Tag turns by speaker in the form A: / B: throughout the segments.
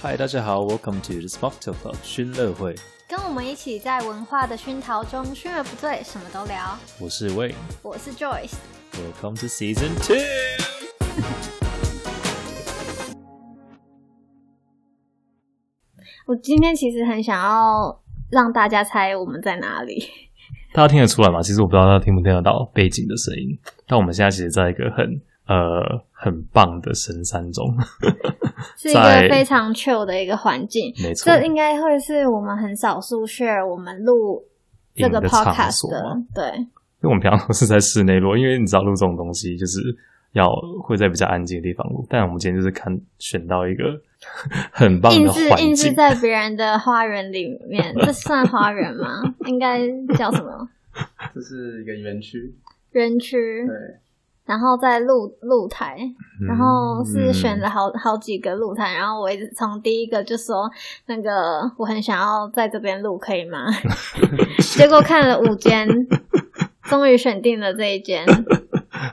A: 嗨，大家好，Welcome to the Smoke Talk Club 熏乐会，
B: 跟我们一起在文化的熏陶中，熏而不醉，什么都聊。
A: 我是 Wayne。
B: 我是 Joyce，
A: Welcome to Season Two。
B: 我今天其实很想要让大家猜我们在哪里。
A: 大家听得出来吗？其实我不知道大家听不听得到背景的声音，但我们现在其实在一个很呃很棒的深山中，
B: 是一个非常 chill 的一个环境。
A: 没错，
B: 这应该会是我们很少数 share 我们录这个
A: 赢的场
B: podcast
A: 所
B: 的
A: 嘛，
B: 对，
A: 因为我们平常都是在室内录，因为你知道录这种东西就是要会在比较安静的地方录，但我们今天就是看选到一个很棒
B: 硬
A: 哦的
B: 是
A: 环
B: 硬是
A: 境，
B: 在别人的花园里面，这算花园 吗？应该叫什么
C: 这是一个园区，
B: 园区？
C: 对，
B: 然后在露露台，
A: 嗯
B: 然后是选
A: 了。
B: 了好好几个露台，然后我一直从第一个就说那个我很想要在这边录，可以 吗？结果看了五间，终于选定了这 一间。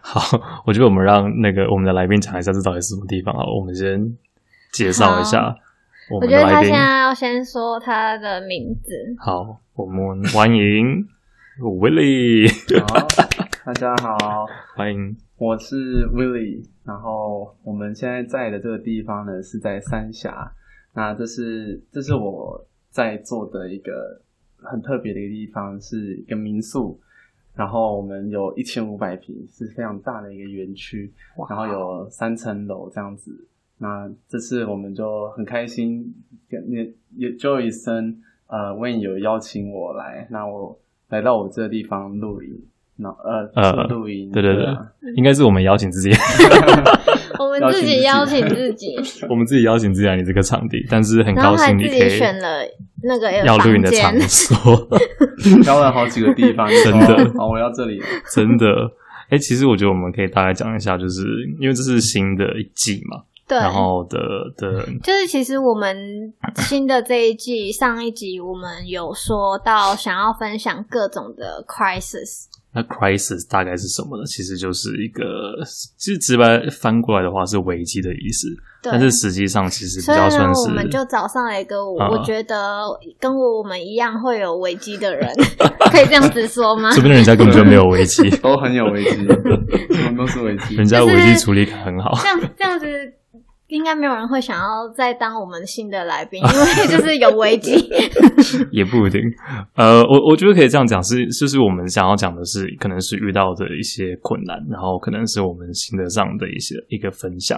A: 好， 我觉得我们让那个我们的来宾讲一下这到底是什么地方好了。我们先介绍一下我
B: 我
A: 们
B: 觉
A: 的
B: 得
A: 来
B: 他
A: 宾
B: 现。在要先说他的名字，
A: 好，我们欢迎 Willy，
C: 好，大家好，
A: 欢迎。
C: 我是 Willy，然后我们现在在的这个地方呢是在三峡，那这是这是我在做的一个很特别的一个地方，是一个民宿，然后我们有一千五百平，是非常大的一个园区，然后有三层楼这样子。那这次我们就很开心，跟也也 Joyce 跟呃 Wayne 有邀请我来，那我来到我这个地方露营，那呃
A: 呃
C: 是露营，
A: 对对对
C: 啊
A: 应该是我们邀请自己，
B: 我们自己邀
C: 邀
B: 请
C: 请
B: 自己，
A: 我们自己邀请自己来你这个场地，但是很
B: 然后
A: 高
B: 还
A: 兴你
B: 自
A: 可
B: 己
A: 以
B: 选了那个
A: 要录影
B: 房
A: 的场
B: 间。
A: 所，
C: 挑了好几个地方，
A: 真的
C: 好，我要这里。
A: 真的。哎、其实我觉得我们可以大概讲一下，就是因为这是新的一季嘛，
B: 对，
A: 然后的的
B: 就是其实我们新的这一季上一集我们有说到想要分享各种的 crisis，
A: 那 crisis 大概是什么呢？其实就是一个，其实直白翻过来的话是危机的意思，
B: 对
A: 但是实际上其实比
B: 所以
A: 较
B: 呢
A: 算，是
B: 我们 就找上了一个我,、
A: 啊
B: 我觉得跟我们一样会有危机 的人，可以这样子说吗？
A: 说不定人家根本就没有危 机，
C: 都很有危 机，我们都是危机
A: 人。家危机处理很好。
B: 这样这样子。应该没有人会想要再当我们新的来宾，因为 就是有危机。
A: 也不一定。呃，我我觉得可以这样讲，是就是我们想要讲的是，可能是遇到的一些困难，然后可能是我们心得上的一些一个分享。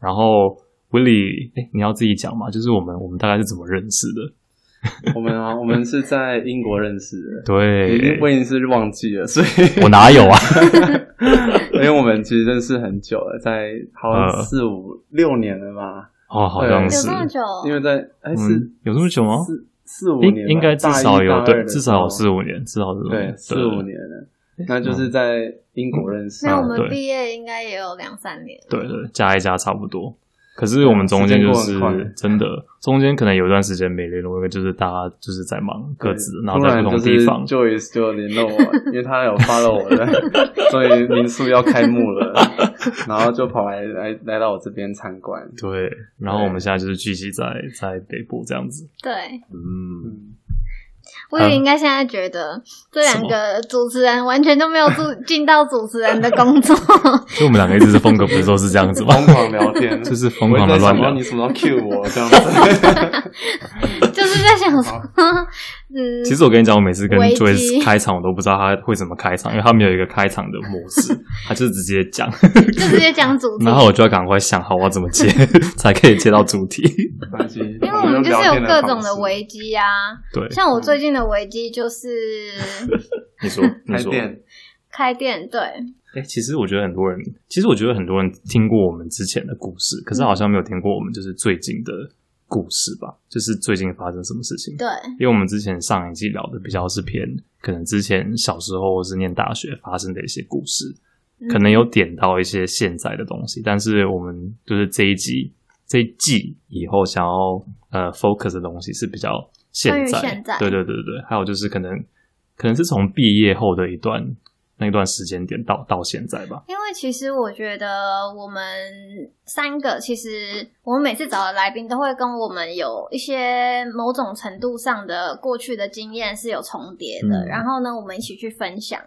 A: 然后 Willy，哎、你要自己讲嘛？就是我们我们大概是怎么认识的？
C: 我们啊，我们是在英国认识的。已经
A: 对，
C: 我已经是忘记了，所以
A: 我哪有啊？
C: 因为我们其实认识很久了，在好
A: 呃
C: 像四五六年了吧？
A: 哦，好像
C: 对
B: 有
A: 是
B: 这。么久，
C: 因为在哎是
A: 嗯有这么久吗
C: 四四五
A: 应
C: 年吧，
A: 应该至少
C: 大一大
A: 有
C: 二
A: 对，
C: 的
A: 至少有
C: 时
A: 四
C: 候
A: 五年，至少是
C: 对四五年了，那就是在英国认识
B: 没
C: 的。
B: 有我们
A: 啊对
B: 毕业应该也有两三年。
A: 对对，加一加差不多。可是我们中间就是
C: 啊时间过得很快
A: 真的，中间可能有一段时间没联络，因为就是大家就是在忙各自，
C: 对
A: 然后
C: 突
A: 在
C: 然
A: 不
C: 就
A: 同
C: 是
A: 地方。
C: Joyce 就联络我，因为他有 follow 我的， 所以民宿要开幕了，然后就跑来来来到我这边参观。
A: 对，然后我们现在就是聚集在在北部这样子。
B: 对，
A: 嗯，
C: 嗯，
B: 我也应该现在觉得这两个主持人完全都没有做尽到主持人的工作。
A: 所以我们两个一直是风格不是都是这样子吗？
C: 疯狂聊天，
A: 就是疯狂的乱
C: 我一直在想
A: 聊
C: 说你。什么时候 cue 我这样子？
B: 就是在想说， 嗯，
A: 其实我跟你讲，我每次跟
B: 危机
A: Joyce 开场，我都不知道他会怎么开场，因为他们有一个开场的模 式，他就是直接讲，
B: 就直接讲主题
A: 然，后我就要赶快想好我要怎么接， 才可以接到主题。
C: 没关系，因
B: 因为我们就是有各种的危机啊。
A: 对，
B: 像我最近的危机就是
A: 你说，你
C: 开
A: 说。
C: 店，
B: 开店，对，
A: 哎、其实我觉得很多人，其实我觉得很多人听过我们之前的故事，
C: 嗯
A: 可是好像没有听过我们就是最近的故事吧，就是最近发生什么事情。
B: 对，
A: 因为我们之前上一季聊的比较是偏，可能之前小时候或是念大学发生的一些故事，
B: 嗯
A: 可能有点到一些现在的东西，但是我们就是这一集这一季以后想要呃 focus 的东西是比较现在，
B: 关于现在
A: 对对对对对，还有就是可能可能是从毕业后的一段那段时间点到到现在吧。
B: 因为其实我觉得我们三个，其实我们每次找的来宾都会跟我们有一些某种程度上的过去的经验是有重叠的，
A: 嗯
B: 然后呢，我们一起去分享，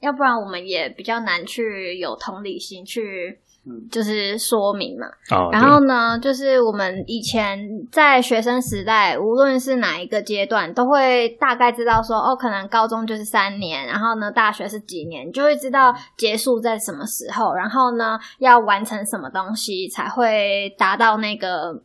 B: 要不然我们也比较难去有同理心去
C: 嗯。
B: 就是说明嘛，
A: 啊，
B: 然后呢，就是我们以前在学生时代，无论是哪一个阶段，都会大概知道说，哦，可能高中就是三年，然后呢，大学是几年，就会知道结束在什么时候，然后呢，要完成什么东西才会达到那个。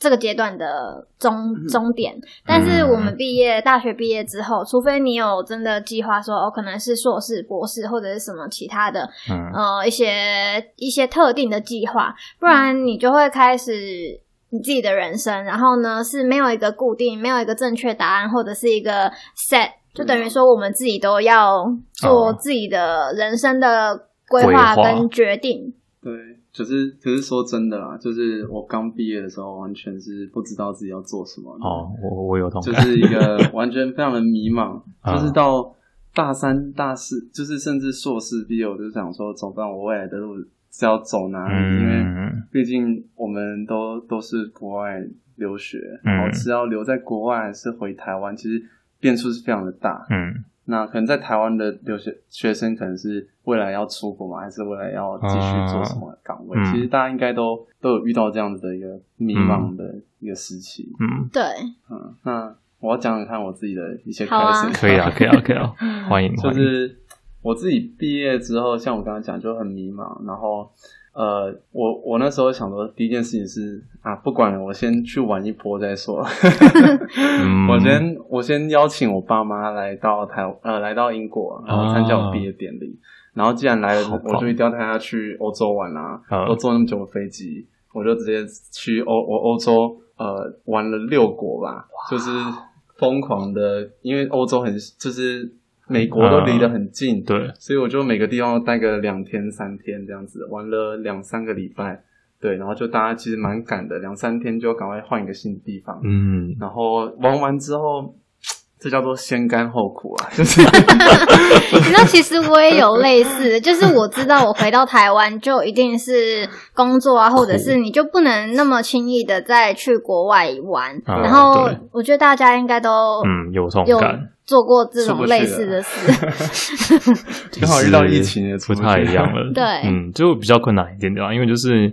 B: 这个阶段的终终点，但是我们毕业，大学毕业之后，除非你有真的计划说，哦，可能是硕士、博士或者是什么其他的，
A: 对嗯
B: 呃一些一些特定的计划，不然你就会开始你自己的人生，然后呢是没有一个固定，没有一个正确答案或者是一个 set，就等于说我们自己都要
A: 嗯
B: 做
A: 哦
B: 自己的人生的规划
A: 规划
B: 跟决定。
C: 对，可是可是说真的啦，就是我刚毕业的时候，完全是不知道自己要做什么，
A: 哦，我我有同
C: 就
A: 感，
C: 是一个 完全非常的迷茫。
A: 啊
C: 就是到大三、大四，就是甚至硕士毕业，我就想说，走上我未来的路是要走哪里？因为
A: 嗯
C: 毕竟我们都都是国外留学，
A: 嗯
C: 然后是要留在国外还是回台湾，其实变数是非常的大。
A: 嗯
C: 那可能在台湾的留学学生，可能是未来要出国嘛，还是未来要继续做什么岗位？
A: 啊嗯
C: 其实大家应该都都有遇到这样子的一个迷茫的一个时期。
A: 嗯，
B: 对，
C: 嗯那我要讲讲看我自己的一些开
B: 好啊
C: 始、
A: 可以 啊，可以啊，可以 啊，欢迎，
C: 就
A: 欢迎
C: 是我自己毕业之后，像我刚刚讲，就很迷茫。然后，呃，我我那时候想说，第一件事情是啊，不管了，我先去玩一波再说。
A: 嗯
C: 我先我先邀请我爸妈来到台呃来到英国，然后参加我毕业典礼。然后既然来了
A: 好，棒
C: 我就一定要带他去欧洲玩啦、
A: 嗯
C: 都坐那么久的飞机，我就直接去欧我欧洲呃玩了六国吧，就是疯狂的，因为欧洲很就是美国都离得很近，
A: 嗯对，
C: 所以我就每个地方待个两天三天这样子，玩了两三个礼拜，对，然后就大家其实蛮赶的，两三天就要赶快换一个新地方，
A: 嗯，
C: 然后玩完之后，这叫做先甘后苦 啊，就是
B: 你知道，其实我也有类似的，就是我知道我回到台湾就一定是工作啊，或者
A: 嗯
B: 是你就不能那么轻易的再去国外玩。
A: 啊
B: 然后
A: 对
B: 我觉得大家应该都
A: 嗯，有同
B: 哦有
A: 感，
B: 做过这种类似的事，
C: 刚好遇到疫情也
A: 不太一样
C: 了。
A: 了，
B: 对
A: 嗯，就比较困难一点点啦，因为就是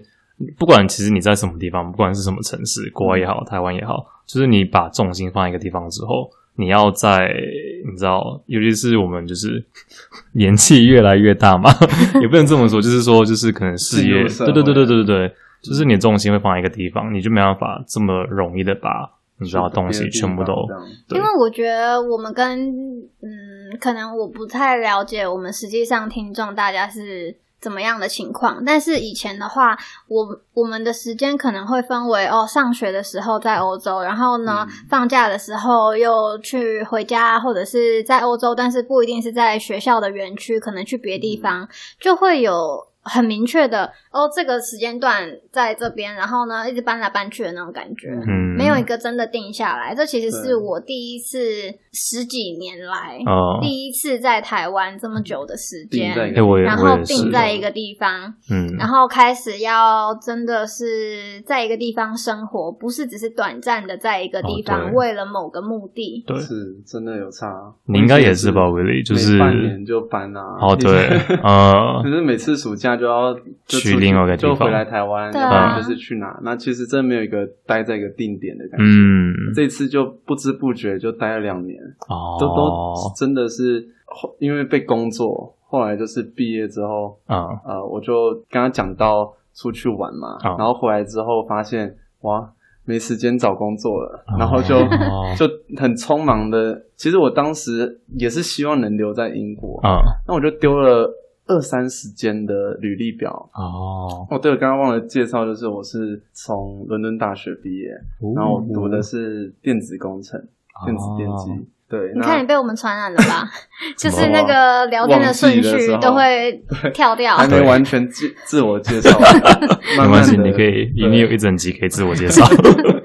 A: 不管其实你在什么地方，不管是什么城市，国外也好，台湾也好，就是你把重心放在一个地方之后，你要在你知道，尤其是我们就是 年纪越来越大 嘛，也不能这么说，就是说就是可能事
C: 进
A: 业，
C: 入社
A: 对
C: 会
A: 对对对对对对，就是你的重心会放在一个地方，你就没办法这么容易的把你知道东西全部都
C: 这样
A: 对
B: 因为我觉得我们跟嗯，可能我不太了解我们实际上听众大家是怎么样的情况，但是以前的话，我我们的时间可能会分为哦，上学的时候在欧洲，然后呢，
A: 嗯
B: 放假的时候又去回家，或者是在欧洲，但是不一定是在学校的园区，可能去别地方，
A: 嗯
B: 就会有很明确的哦，这个时间段在这边，然后呢，一直搬来搬去的那种感觉。
A: 嗯
B: 没有一个真的定下来。这其实是
C: 对
B: 我第一次十几年来、
A: 哦，
B: 第一次在台湾这么久的时
C: 定在一
B: 间，
A: 哎，我也
B: 然
A: 我
B: 后
A: 也
B: 定
A: 是，
B: 在一个地方，
A: 嗯，
B: 然后开始要真的是在一个地方生活，不是只是短暂的在一个地
A: 哦
B: 方、
A: 对
B: 为了某个目的。
A: 对，
C: 是真的有差。
A: 你应该也是吧，Willy，就是
C: 每半年就搬啊。
A: 哦， 对，呃
C: 可，是每次暑假就要就
A: 去
C: 出
A: 另外一个地
C: 就
A: 方
C: 回来台湾，
B: 对
C: 然
B: 啊
C: 后就是去哪？那其实真的没有一个待在一个定点的感觉。
A: 嗯，
C: 这次就不知不觉就待了两年，
A: 哦，
C: 都都真的是后因为被工作，后来就是毕业之后，
A: 嗯，
C: 呃，我就刚刚讲到出去玩嘛，
A: 哦
C: 然后回来之后发现哇，没时间找工作了，然后就、
A: 哦
C: 就很匆忙的。其实我当时也是希望能留在英国，
A: 嗯，
C: 那我就丢了二三十间的履历表。
A: 哦，
C: 哦，对，我刚刚忘了介绍，就是我是从伦敦大学毕业，然后我读的是电子工程、电子电机。
A: 哦
C: 对，
B: 你看，
C: 那
B: 你被我们传染了 吧？就是
A: 怎
B: 那
C: 么
B: 个聊天的顺
C: 忘记的时
B: 序
C: 候
B: 都会跳掉。
C: 还没
A: 对
C: 完全自自我 介绍，慢
A: 没关
C: 慢
A: 系，
C: 的
A: 你可以，
C: 对
A: 你有一整集可以自我介绍。
C: 对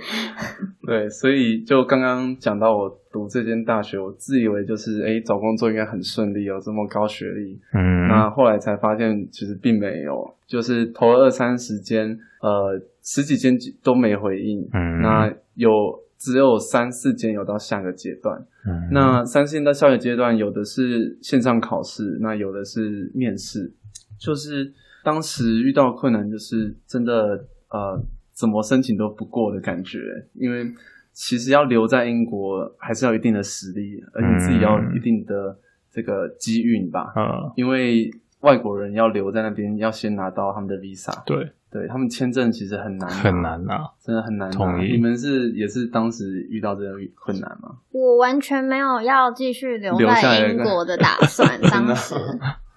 C: 对，所以就刚刚讲到我读这间大学，我自以为就是哎找工作应该很顺利，有哦这么高学历，
A: 嗯，
C: 那后来才发现其实并没有，就是投了二三十间，呃，十几间都没回应，
A: 嗯
C: 那有只有三四间有到下个阶段，
A: 嗯
C: 那三四间到下个阶段有的是线上考试，那有的是面试，就是当时遇到困难就是真的呃怎么申请都不过的感觉，因为其实要留在英国还是要有一定的实力，而且自己要有一定的这个机运吧，
A: 呃，
C: 因为外国人要留在那边，要先拿到他们的 visa，
A: 对，
C: 对他们签证其实很难，
A: 很，难啊，
C: 真的很难拿。
A: 同意
C: 你们是也是当时遇到这个困难吗？
B: 我完全没有要继续留
C: 留下来
B: 在英
C: 的
B: 国的打 算，当时。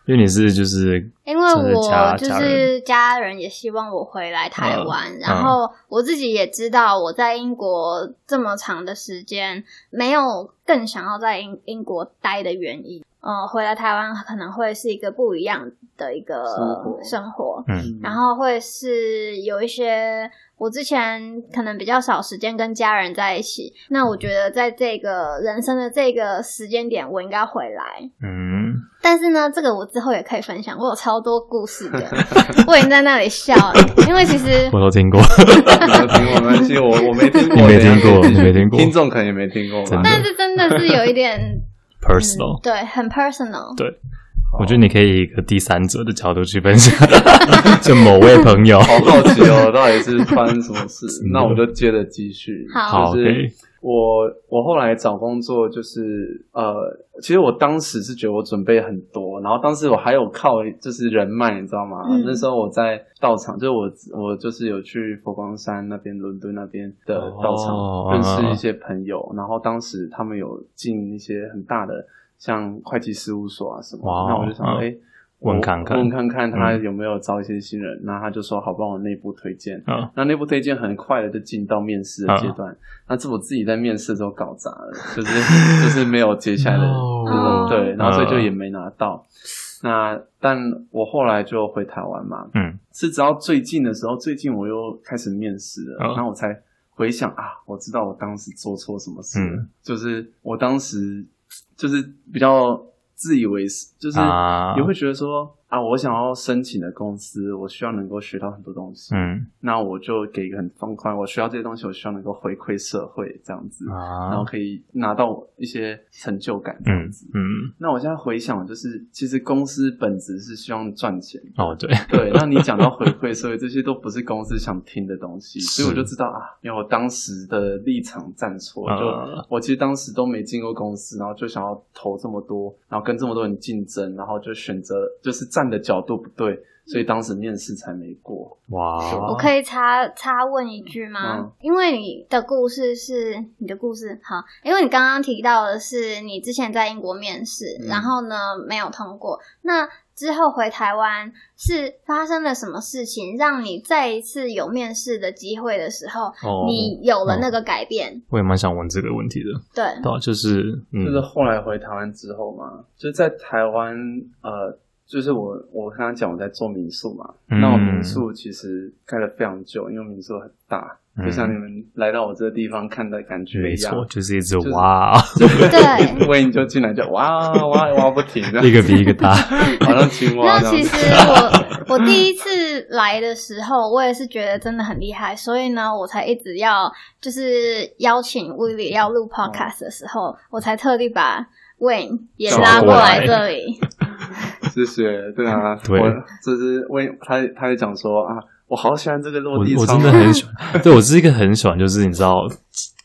A: 因为你是就是
B: 因为
A: 就是家
B: 我就
A: 家
B: 是家人也希望我回来台湾，
A: 嗯
B: 然后我自己也知道我在英国这么长的时间，没有更想要在英英国待的原因。呃，回来台湾可能会是一个不一样的一
C: 生
B: 个
C: 活
B: 生活，
A: 嗯
B: 然后会是有一些我之前可能比较少时间跟家人在一起，那我觉得在这个人生的这个时间点，我应该回来。
A: 嗯，
B: 但是呢，这个我之后也可以分享，我有超多故事的， 我已经在那里笑了，因为 其实
A: 我都听过，
C: 嗯你有听过没关系，我我没
A: 你
C: 听过，
A: 没听过
C: 等一下
A: 你没听过
C: 听众可能也没听过吧
A: 真。的
B: 但是真的是有一点嗯
A: personal，
B: 对，很 personal。
A: 我觉得
C: 哦
A: 你可以以一个第三者的角度去分享， 就某位朋友，
C: 好好奇哦，到底是发生什 么事
A: 的？
C: 那我们就接着继续。
B: 好
C: 就
A: 好可
C: 是
A: 以
C: 我我后来找工作就是呃，其实我当时是觉得我准备很多，然后当时我还有靠就是人脉，你知道吗？
B: 嗯
C: 那时候我在道场，就是我我就是有去佛光山那边、伦敦那边的道场、
A: 哦
C: 认识一些朋友，然后当时他们有进一些很大的像会计事务所啊什么，
A: 哇
C: 那我就想说，
A: 嗯
C: 哎、我
A: 问看嗯看
C: 问看看他有没有招一些新人，那他就说好，帮我内部推荐。
A: 啊，
C: 那内部推荐很快的就进到面试的阶段，那是我自己在面试的时候搞砸了， 就是就是没有接下来的
A: No
C: 这种对，然后所以就
A: 嗯
C: 也没拿到。那但我后来就回台湾嘛，
A: 嗯，
C: 是直到最近的时候，最近我又开始面试了，
A: 嗯
C: 然后我才回想啊，我知道我当时做错什么事了，
A: 嗯
C: 就是我当时就是比较自以为是，就是
A: 啊
C: 也会觉得说啊，我想要申请的公司，我需要能够学到很多东西，
A: 嗯
C: 那我就给一个很方块，我需要这些东西，我需要能够回馈社会这样子，然
A: 啊
C: 后，可以拿到一些成就感这样
A: 嗯
C: 子。
A: 嗯，
C: 那我现在回想，就是其实公司本质是希望赚钱，
A: 哦对，
C: 对。那你讲到回馈社会，这些都不是公司想听的东西，
A: 是
C: 所以我就知道啊，因为我当时的立场站错，
A: 啊
C: 就 我其实当时都没进过公司，然后就想要投这么多，然后跟这么多人竞争，然后就选择就是站的角度不对，所以当时面试才没过。
A: 哇，
B: 我可以插插问一句吗？
C: 嗯
B: 因为你的故事是你的故事，好，因为你刚刚提到的是你之前在英国面试，
C: 嗯
B: 然后呢没有通过，那之后回台湾是发生了什么事情，让你再一次有面试的机会的时候，
A: 哦
B: 你有了那个改变？
A: 我也蛮想问这个问题的，
B: 对，
A: 对啊，就是嗯
C: 就是后来回台湾之后嘛，就是在台湾呃，就是我我刚刚讲我在做民宿嘛，
A: 嗯
C: 那我民宿其实盖了非常久，因为民宿很大，
A: 嗯
C: 就像你们来到我这个地方看的感觉
A: 没
C: 一样
A: 错，，就是一直
C: 就是
A: 哇，
B: 对
C: 对，你就进来就哇哇哇不停的，
A: 一个比一个大，
C: 好像青蛙
B: 那
C: 这
B: 其
C: 样
B: 实
C: 子。
B: 我我第一次来的时候，我也是觉得真的很厉害，所以呢，我才一直要就是邀请 Willie 要录 podcast 的时候，我才特地把 Wayne 也拉过来这里。
C: 谢谢，对啊，
A: 对
C: 我就是为他他在讲说啊，我好喜欢这个
A: 我
C: 落地
A: 我
C: 窗
A: 真
C: 啊，
A: 的很喜欢，对我是一个很喜欢，就是你知道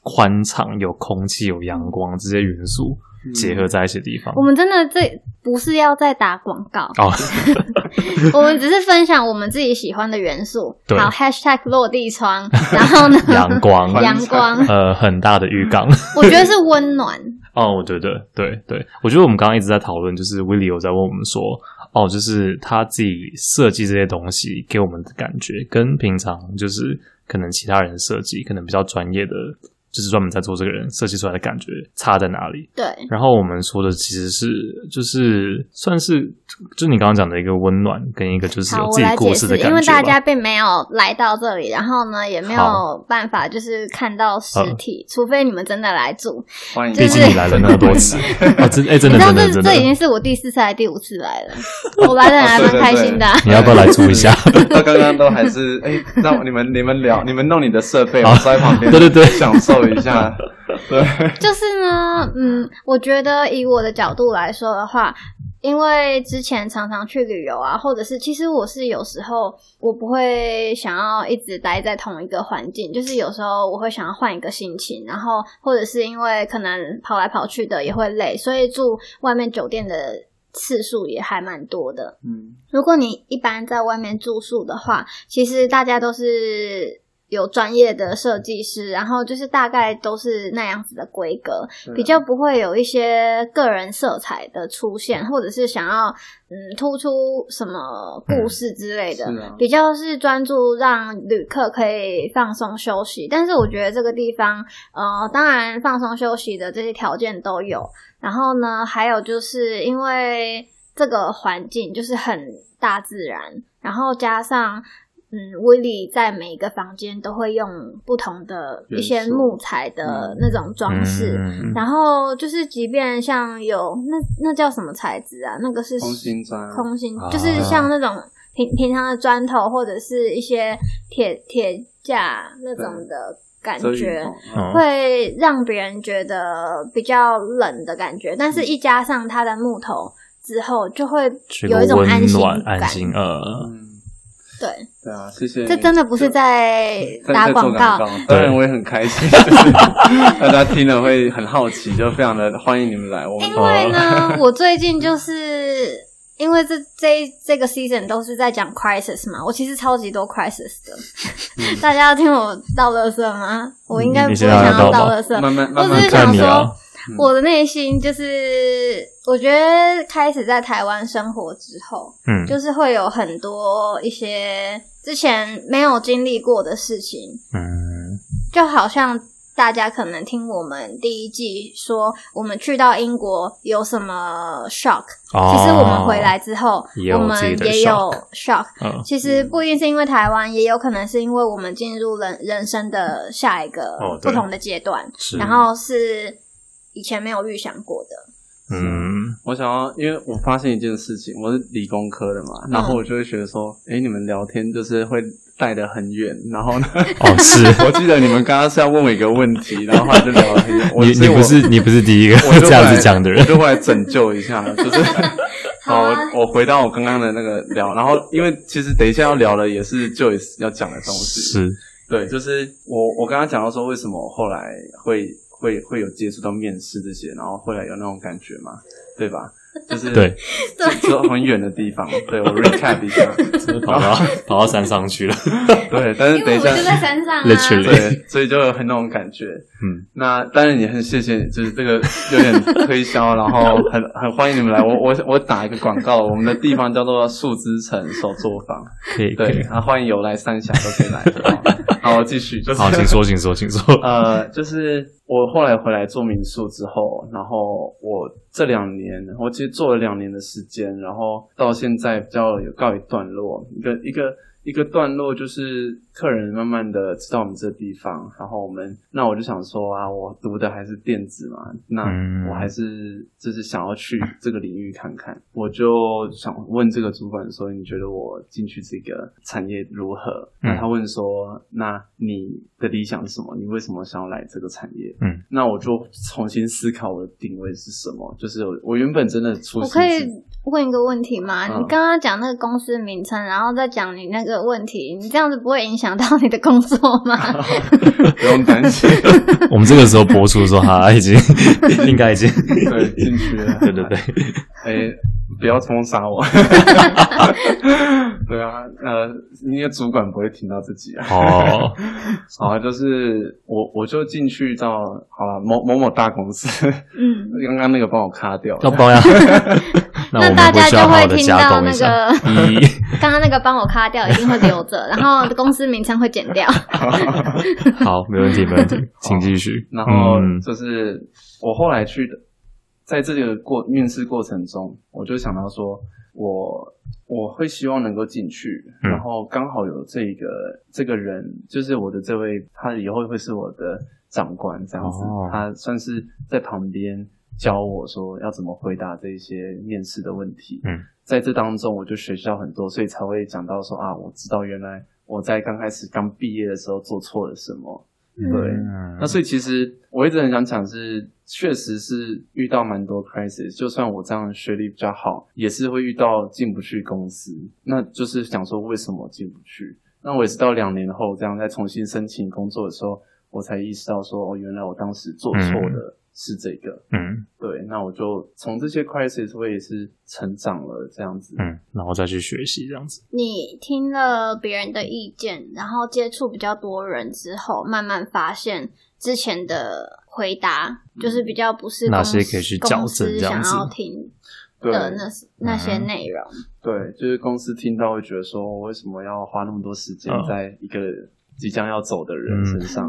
A: 宽敞、有空气、有阳光这些元素
C: 嗯
A: 结合在一起的地方
B: 我，们真的这不是要再打广 告，
A: 哦，
B: 我们只是分享我们自己喜欢的元素。
A: 对，
B: 好，#hashtag 落地窗，然后呢
A: 阳光，
B: 阳光，
A: 呃，很大的浴缸。
B: 我觉得是温暖。
A: 哦，对对对对，我觉得我们刚刚一直在讨论，就是 Willie 有在问我们说，哦，就是他自己设计这些东西给我们的感觉，跟平常就是可能其他人设计可能比较专业的就是专门在做这个人设计出来的感觉差在哪里。
B: 对，
A: 然后我们说的其实是就是算是就是你刚刚讲的一个温暖跟一个就是
B: 好，
A: 有
B: 我
A: 自己
B: 来
A: 故
B: 解
A: 事的
B: 释，
A: 感觉吧。
B: 因为大家并没有来到这里，然后呢也没
A: 好
B: 有办法就是看到实
A: 好
B: 体，除非你们真的来住。
C: 欢迎，
B: 毕竟你来
A: 了那么多 次啊，真哎、真
B: 你
A: 的
B: 知道
A: 真的
B: 这
A: 真
B: 这已
A: 的
B: 经，是我第四次还是第五次来了，我来的
C: 啊
B: 还
C: 对
B: 蛮
C: 对
B: 开
C: 对
B: 心的啊。
A: 你要不要来住一 下？
C: 到刚刚都还是哎，那我你们你们聊，你们弄你的设备，
A: 好
C: 我坐在旁边，
A: 对对对
C: 享受一下。对，
B: 就是呢，嗯，我觉得以我的角度来说的话，因为之前常常去旅游啊，或者是其实我是有时候我不会想要一直待在同一个环境，就是有时候我会想要换一个心情，然后或者是因为可能跑来跑去的也会累，所以住外面酒店的次数也还蛮多的。
C: 嗯，
B: 如果你一般在外面住宿的话，其实大家都是有专业的设计师，然后就是大概都是那样子的规格，
C: 对啊
B: 比较不会有一些个人色彩的出现，或者是想要嗯突出什么故事之类的，
C: 嗯是啊
B: 比较是专注让旅客可以放松休息。但是我觉得这个地方，呃，当然放松休息的这些条件都有，然后呢，还有就是因为这个环境就是很大自然，然后加上。嗯，威利在每一个房间都会用不同的一些
C: 元素
B: 木材的
C: 嗯
B: 那种装饰，
A: 嗯
B: 然后就是，即便像有那那叫什么材质啊？那个是
C: 空心砖啊
B: 空心
A: 啊
B: 就是像那种平平常的砖头或者是一些铁铁架那种的感
C: 遮雨
B: 觉，
C: 棚
A: 嗯
B: 会让别人觉得比较冷的感觉。
C: 嗯
B: 但是，一加上它的木头之后，就会
A: 是
B: 有
A: 个
B: 一种
A: 温
B: 安心
A: 暖、
B: 感。
A: 安心呃，
C: 嗯，
B: 对，
C: 对啊，谢谢你。
B: 这真的不是在
C: 在
B: 打
C: 在做
B: 广
C: 告
B: 告，，
C: 当然我也很开心，就是大家听了会很好奇，就非常的欢迎你们来。我们
B: 因为
A: 哦
B: 呢，我最近就是因为这这一这个 season 都是在讲 crisis 嘛，我其实超级多 crisis 的。 大家要听我倒垃圾吗？我应该不
A: 嗯你
B: 会
A: 先
B: 想
A: 让他
B: 要
A: 倒
B: 倒
A: 吧
B: 垃圾，
C: 慢慢慢
B: 我
C: 慢
B: 只是
C: 看
A: 看
B: 想
A: 你啊
B: 说，我的内心就是，我觉得开始在台湾生活之后，
A: 嗯，
B: 就是会有很多一些之前没有经历过的事情，
A: 嗯，
B: 就好像大家可能听我们第一季说，我们去到英国有什么 shock，、
A: 哦
B: 其实我们回来，之后
A: 也，有
B: 我
A: 自己
B: 们
A: 的
B: 也有 shock。
A: 嗯，
B: 其实不一定是因为台湾，也有可能是因为我们进入人人生的下一个
A: 哦对
B: 不同的阶段，
A: 是，
B: 然后是以前没有预想过的。
A: 嗯，
C: 我想要，因为我发现一件事情，我是理工科的
B: 嗯
C: 嘛，然后我就会觉得说，哎、你们聊天就是会带得很远，然后呢，
A: 哦， 是
C: 我记得你们刚刚是要问我一个问题，然后后来就聊得很 远，我
A: 你
C: 所以
A: 你
C: 我
A: 不是你不是第一个
C: 我就
A: 这
C: 过
A: 样
C: 来
A: 子讲的
C: 我
A: 人，
C: 就过来拯救 一下，就是好，
B: 啊
C: 我我回到我刚刚的那个聊，然后因为其实等一下要聊的也是 Joyce 要讲的东西，
A: 是，
C: 对，就是我我刚刚讲到说，为什么后来会会会有接触到面试这些，然后后来有那种感觉嘛，对吧？就是
A: 对，
C: 就就很远的地方。对我 recap 一下，
A: 跑到跑到山上去了，
C: 对，但是
B: 因
C: 等
B: 为
C: 一
B: 我
C: 下
B: 们就，在山上 啊，
A: Literally
C: 对，所以就有很那种感觉。
A: 嗯，
C: 那当然也很谢谢你，就是这个有点推销，然后很很欢迎你们来。我我我打一个广告，我们的地方叫做树枝城手作坊，
A: 可以可
C: 对
A: 以，，
C: 啊，欢迎有来三峡都可以来。好，我继续，就是
A: 好，请说，请说，请说，
C: 呃，就是我后来回来做民宿之后，然后我这两年，我其实做了两年的时间，然后到现在比较有告一段落，一个一个一个段落就是客人慢慢的知道我们这地方，然后我们那我就想说啊，我读的还是电子嘛，那
A: 嗯
C: 我还是就是想要去这个领域看看，我就想问这个主管说，你觉得我进去这个产业如何？
A: 嗯
C: 那他问说，那你的理想是什么？你为什么想要来这个产业？
A: 嗯，
C: 那我就重新思考我的定位是什么。就是我我原本真的初
B: 我
C: 心
B: 可
C: 是
B: 以问一个问题吗？
C: 嗯
B: 你刚刚讲那个公司名称，然后再讲你那个问题，你这样子不会影响到你的工作 吗？
C: 不用担心，
A: 我们这个时候播出的时候，他 已经应该已经，
C: 对，进去了，
A: 对对对，
C: 哎、不要冲杀我。 对啊，呃，你的主管不会听到自己啊。
A: 哦，
C: 好，就是我我就进去到好了某某某大公司，
B: 嗯，
C: 刚刚那 个帮我卡掉了。
A: 要包呀，那我
B: 大
A: 们
B: 家
A: 回去要
B: 就
A: 好好
B: 会
A: 的
B: 听
A: 加
B: 到
A: 工一
B: 那
A: 下。
B: 个
A: 一
B: 刚刚那个帮我卡掉，一定会留 着，然后公司名称会剪掉。
A: 好，没问题，没问 题，请继续。
C: 然后
A: 嗯
C: 就是我后来去的，在这个过面试过程中，我就想到说我我会希望能够进去，
A: 嗯
C: 然后刚好有这个这个人，就是我的这位，他以后会是我的长官这样子，
A: 哦
C: 他算是在旁边教我说要怎么回答这些面试的问题。
A: 嗯，
C: 在这当中我就学习到很多，所以才会讲到说啊，我知道原来我在刚开始刚毕业的时候做错了什么。对
A: 嗯
C: 那所以其实我一直很想讲是，确实是遇到蛮多 crisis。就算我这样学历比较好，也是会遇到进不去公司。那就是想说为什么进不去？那我也是到两年后这样再重新申请工作的时候，我才意识到说，哦，原来我当时做错的是这个。
A: 嗯
C: 对，那我就从这些 crisis 我也是成长了这样子。
A: 嗯，然后再去学习这样子。
B: 你听了别人的意见，然后接触比较多人之后，慢慢发现之前的回答就是比较不是
A: 嗯哪
B: 公司
A: 些可以去矫正
B: 公司
A: 这样
B: 想
A: 子
B: 要听
C: 对
B: 的嗯那那些内容。
C: 对，就是公司听到会觉得说，哦我为什么要花那么多时间
A: 嗯
C: 在一个即将要走的人身上？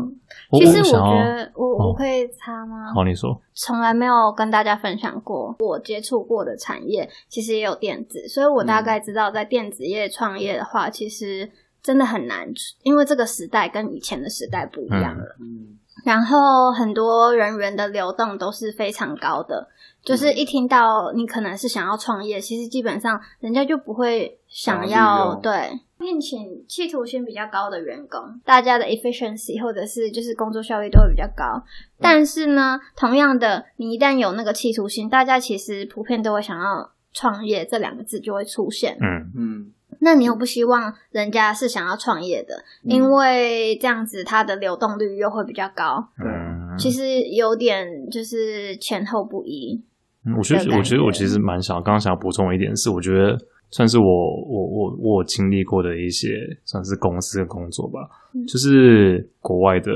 A: 我
B: 其实我
A: 想
B: 觉
A: 要，
B: 得我
A: 哦
B: 我可以插吗？
A: 好，你说，
B: 从来没有跟大家分享过我接触过的产业，其实也有电子，所以我大概知道在电子业创业的话，其实真的很难，因为这个时代跟以前的时代不一样了。
C: 嗯
B: 然后很多人员的流动都是非常高的，
C: 嗯
B: 就是一听到你可能是想要创业，其实基本上人家就不会想
C: 想要利
B: 要
C: 用
B: 对聘请企图心比较高的员工，大家的 efficiency 或者是就是工作效率都会比较高。但是呢，同样的，你一旦有那个企图心，大家其实普遍都会想要创业这两个字就会出现。
A: 嗯
C: 嗯，
B: 那你又不希望人家是想要创业的，
C: 嗯
B: 因为这样子它的流动率又会比较高。
C: 对
A: 嗯，
B: 其实有点就是前后不一。
A: 嗯我觉
B: 的
A: 得，
B: 感
A: 我觉得我
B: 觉
A: 其实蛮想，刚刚想要补充一点是，我觉得算是我我我我有经历过的一些算是公司的工作吧，
B: 嗯
A: 就是国外的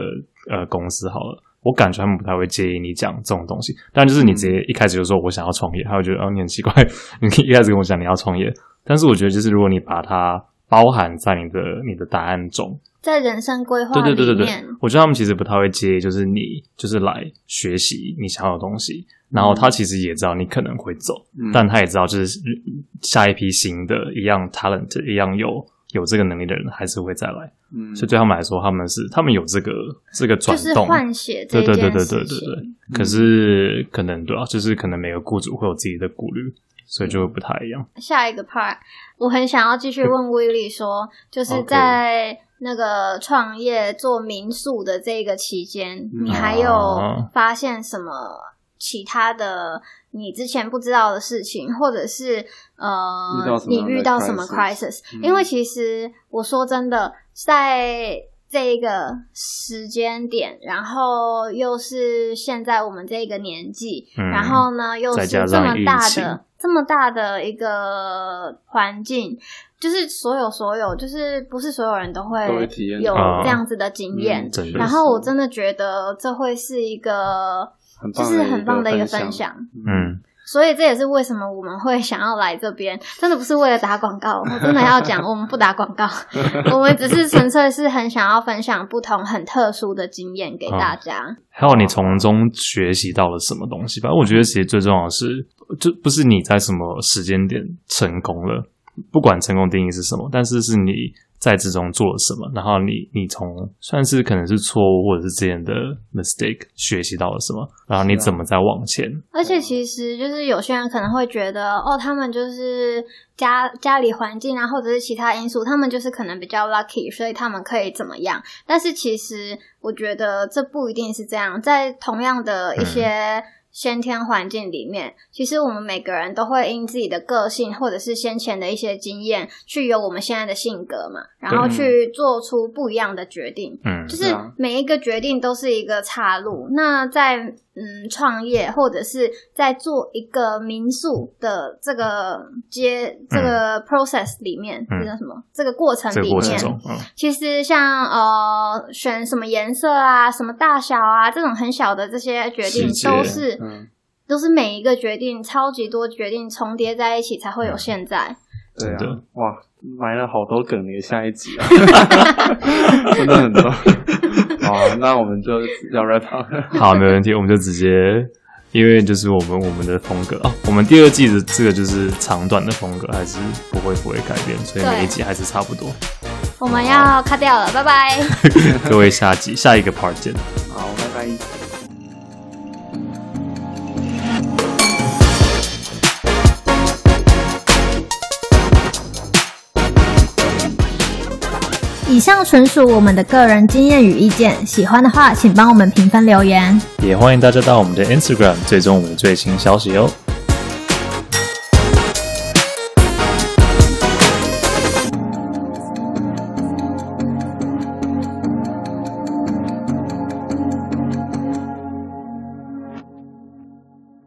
A: 呃公司好了。我感觉他们不太会介意你讲这种东西，但就是你直接一开始就说我想要创业，他会觉得哦你很奇怪，你一开始跟我讲你要创业，但是我觉得就是如果你把它包含在你的你的答案中，
B: 在人生规划
A: 对
B: 里
A: 对
B: 面，
A: 对对对，我觉得他们其实不太会介意，就是你就是来学习你想要的东西，然
B: 嗯
A: 后他其实也知道你可能会走，
C: 嗯
A: 但他也知道，就是下一批新的一样 talent 一样有有这个能力的人还是会再来，
C: 嗯
A: 所以对他们来说，他们是他们有这个这个转
B: 就是
A: 动，
B: 换血这
A: 对
B: 件
A: 对
B: 事情。
A: 对对对对对。可是可能对啊，就是可能每个雇主会有自己的顾虑，
B: 嗯
A: 所以就会不太一样。
B: 下一个 part，我很想要继续问威利说，就是在那个创业做民宿的这个期间，
C: 嗯
B: 你还有
A: 啊
B: 发现什么其他的你之前不知道的事情，或者是呃
C: 遇到，什么
B: 你
C: 样的
B: 遇到什么
C: crisis？
B: crisis？
C: 嗯
B: 因为其实我说真的，在这一个时间点，然后又是现在我们这个年纪，
A: 嗯
B: 然后呢又
A: 再
B: 是
A: 加
B: 这么
A: 上疫
B: 大
A: 情
B: 的这么大的一个环境，就是所有所有，就是不是所有人都会
C: 都会体验
B: 有
A: 到
B: 这样子的经验。
C: 嗯
A: 真的
B: 然后我真的觉得这会是一个，
C: 很
B: 就
C: 棒
B: 是很棒的一
C: 个
B: 个分享。。
A: 嗯，
B: 所以这也是为什么我们会想要来这边，真的不是为了打广告，我真的要讲，我们不打广 告，我们只是纯粹是很想要分享不同很特殊的经验
A: 哦
B: 给大家。
A: 还有你从中学习到了什么东西吧？我觉得其实最重要的是，就不是你在什么时间点成功了，不管成功定义是什么，但是是你在之中做了什么，然后你你从算是可能是错误或者是之前的 mistake 学习到了什么，然后你
C: 是啊
A: 怎么再往前？
B: 而且其实就是有些人可能会觉得，哦，他们就是家家里环境啊，或者是其他因素，他们就是可能比较 lucky，所以他们可以怎么样？但是其实我觉得这不一定是这样，在同样的一些先天环境里面，其实我们每个人都会因自己的个性或者是先前的一些经验，去有我们现在的性格嘛，然后
C: 对
B: 去做出不一样的决定。
A: 嗯
B: 就是是
C: 啊
B: 每一个决定都是一个岔路。那在嗯创业或者是在做一个民宿的这个接这个 process 里面，
A: 嗯
B: 这叫什么？这个过程
A: 这个
B: 里
A: 过程
B: 面，
A: 中，嗯
B: 其实像呃选什么颜色啊、什么大小啊这种很小的这些决定
A: 细，节
B: 都是
C: 嗯
A: 嗯
B: 都是每一个决定超级多决定重叠在一起才会有现在。
A: 真的。
C: 对啊，哇，埋了好多梗给下一集啊， 真的很 多。好，啊那我们就要 wrap up 了。
A: 好，没问题，我们就直接，因为就是我们我们的风格哦，我们第二季的这个就是长短的风格还是不会不会改变，所以
B: 对
A: 每一集还是差不多。
B: 我们要卡掉了，拜拜。
A: 各位下集下一个 part 见。
C: 好，拜拜。
D: 以上纯属我们的个人经验与意见，喜欢的话请帮我们评分留言。
A: 也欢迎大家到我们的 Instagram 追踪我们的最新消息哦。